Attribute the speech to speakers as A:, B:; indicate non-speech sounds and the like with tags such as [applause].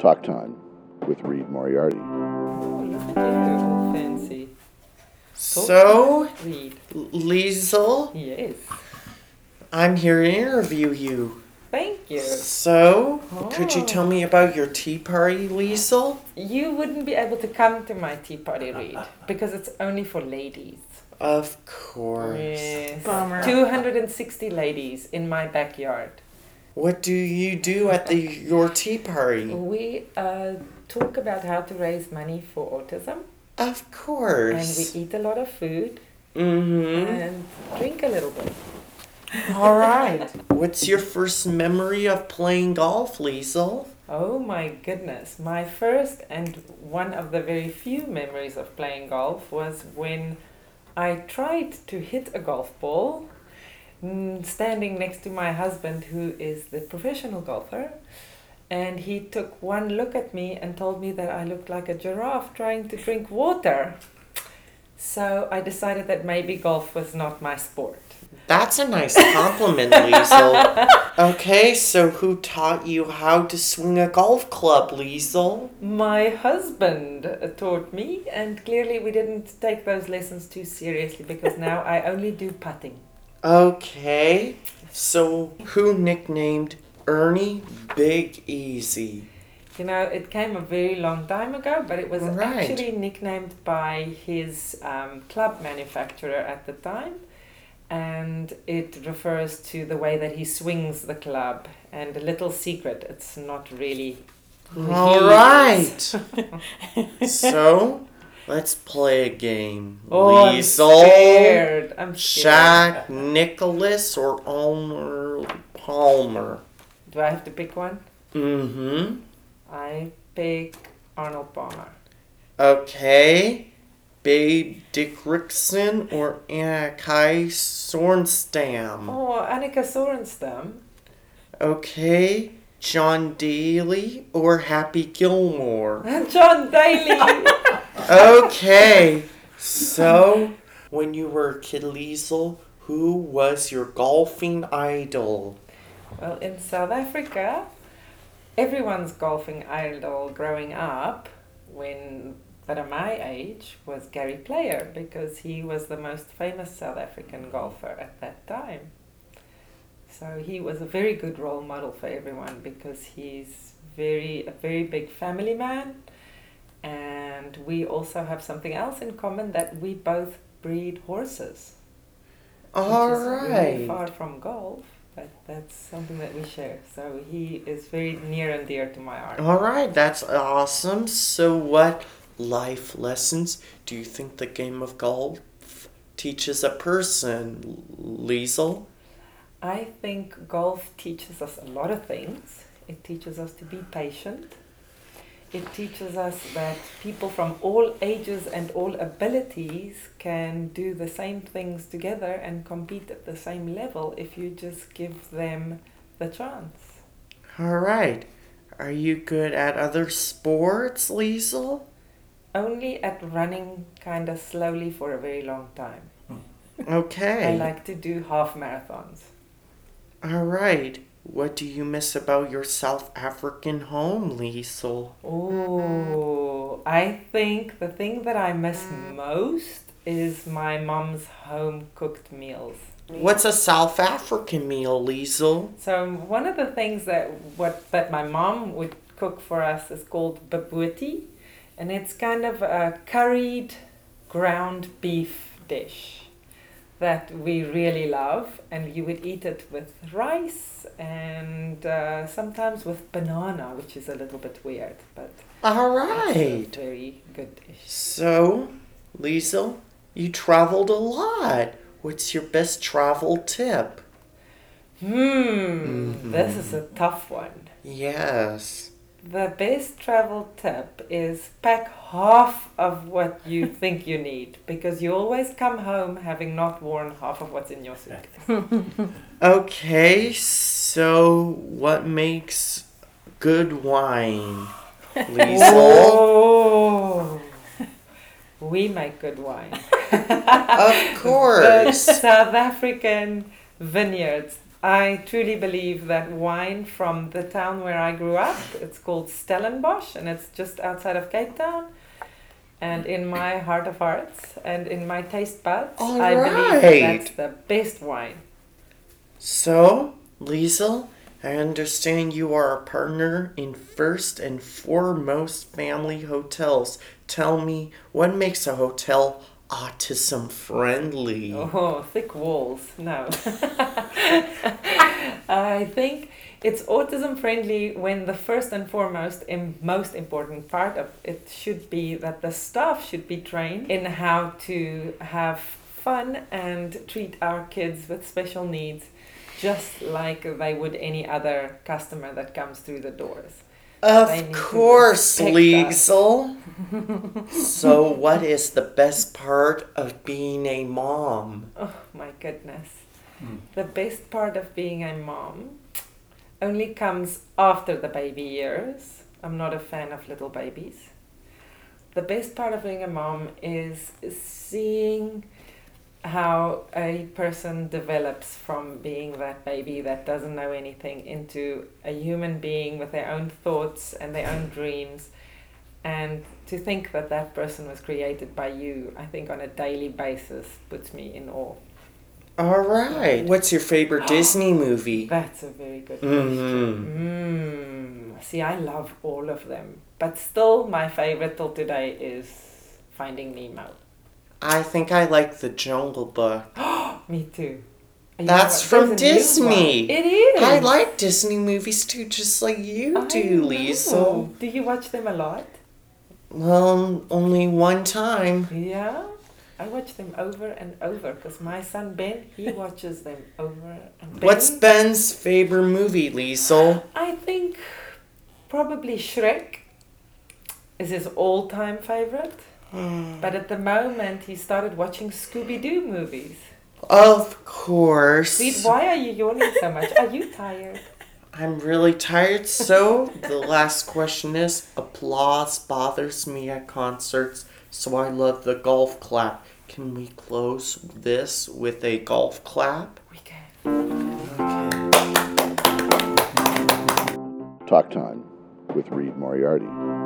A: Talk Time with Reed Moriarty.
B: Oh, you can take that all fancy.
C: So,
B: Read.
C: Liesel,
B: Yes.
C: I'm here to interview you.
B: Thank you.
C: So, could you
B: Oh.
C: tell me about your tea party, Liesel?
B: You wouldn't be able to come to my tea party read because it's only for ladies.
C: Of course.
B: Yes.
D: Bummer.
B: 260 ladies in my backyard.
C: What do you do at the your tea party?
B: We uh, talk about how to raise money for autism
C: Of
B: and we
C: course.
B: eat a lot of food
C: Mm-hmm.
B: and drink a little bit.
C: All right. What's your first memory of playing golf, Liesel?
B: Oh my goodness. My first and one of the very few memories of playing golf was when I tried to hit a golf ball mm, standing next to my husband, who is the professional golfer. And he took one look at me and told me that I looked like a giraffe trying to drink water. So I decided that maybe golf was not my sport.
C: That's a nice compliment,
B: [laughs]
C: Liesel. Okay, so who taught you how to swing a golf club, Liesel?
B: My husband taught me, and clearly we didn't take those lessons too seriously
C: [laughs]
B: because now I only do putting.
C: Okay. So who nicknamed Ernie Big Easy?
B: You know, it came a very long time ago, but it was
C: Right.
B: actually nicknamed by his um, club manufacturer at the time. And it refers to the way that he swings the club. And a little secret, it's not really. who he
C: All
B: is.
C: right.
B: [laughs]
C: so let's play a game.
B: Oh, I'm
C: Liesel,
B: scared. I'm scared.
C: Shaq, Nicholas, or Elmer Palmer?
B: Do I have to pick one?
C: Mm-hmm.
B: I pick Arnold Palmer.
C: Okay. Babe Dickrickson or Anna Kai Sornstam?
B: Oh, Annika Sorenstam.
C: Okay. John Daly or Happy Gilmore?
B: [laughs] John Daly.
C: Okay. So, when you were a kid, Liesel, who was your golfing idol?
B: well, in South Africa, everyone's golfing idol growing up when that are my age was Gary Player because he was the most famous South African golfer at that time. So he was a very good role model for everyone because he's very a very big family man and we also have something else in common that we both breed horses. which
C: All
B: is really
C: right.
B: far from golf, but that's something that we share. So he is very near and dear to my heart.
C: All right, that's awesome. So, what life lessons do you think the game of golf teaches a person, Liesel?
B: I think golf teaches us a lot of things. It teaches us to be patient. It teaches us that people from all ages and all abilities can do the same things together and compete at the same level if you just give them the chance.
C: All right. Are you good at other sports, Liesel?
B: Only at running kind of slowly for a very long time. I
C: Okay.
B: like to do half marathons.
C: All right. What do you miss about your South African home, Liesel?
B: Oh, I think the thing that I miss most is my mom's home cooked meals.
C: What's a South African meal, Liesel?
B: So one of the things that what that my mom would cook for us is called babuti, and it's kind of a curried ground beef dish that we really love, and you would eat it with rice and uh, sometimes with banana, which is a little bit weird, but
C: All
B: it's a
C: right.
B: very good dish.
C: So, Liesel, you traveled a lot. What's your best travel tip?
B: Hmm, this is a tough one.
C: Yes.
B: The best travel tip is pack half of what you think you need because you always come home having not worn half of what's in your suitcase.
C: Okay, so what makes good wine, Liesel?
B: Oh, we make good wine.
C: of
B: The
C: course.
B: [laughs] South African vineyards I truly believe that wine from the town where I grew up, it's called Stellenbosch and it's just outside of Cape Town. And in my heart of hearts and in my taste buds,
C: All
B: I believe
C: right.
B: that's the best wine.
C: So, Liesel, I understand you are a partner in first and foremost family hotels. Tell me, what makes a hotel autism friendly?
B: [laughs] Oh, thick walls. No. [laughs] I think it's autism friendly when the first and foremost and most important part of it should be that the staff should be trained in how to have fun and treat our kids with special needs just like they would any other customer that comes through the doors. They need
C: Of
B: to
C: course,
B: protect
C: Liesel. [laughs] so, what is the best part of being a mom?
B: Oh my goodness. The best part of being a mom only comes after the baby years. I'm not a fan of little babies. The best part of being a mom is seeing how a person develops from being that baby that doesn't know anything into a human being with their own thoughts and their own dreams. And to think that that person was created by you, I think on a daily basis, puts me in awe.
C: All right. What's your
B: [gasps]
C: favorite Disney movie?
B: That's a very good
C: Mm-hmm.
B: question. Mm. See, I love all of them, but still, my favorite till today is Finding Nemo.
C: I think I like The Jungle Book.
B: Me too. You know
C: That's
B: what?
C: from
B: There's a new
C: Disney.
B: one. It is.
C: I like Disney movies too, just like you
B: I
C: do,
B: know.
C: Liesel.
B: Do you watch them a lot?
C: Well, only one time.
B: Yeah. I watch them over and over because my son Ben, he watches them over and
C: What's
B: Ben-
C: Ben's favorite movie, Liesel?
B: I think probably Shrek is his all-time favorite. But at the moment, he started watching Scooby Doo movies.
C: Of course.
B: Sweet, why are you yawning so much? Are you tired?
C: I'm really
B: [laughs]
C: tired, so the last question is applause bothers me at concerts, so I love the golf clap. Can we close this with a golf clap?
B: We can.
C: Okay.
A: Talk Time with Reed Moriarty.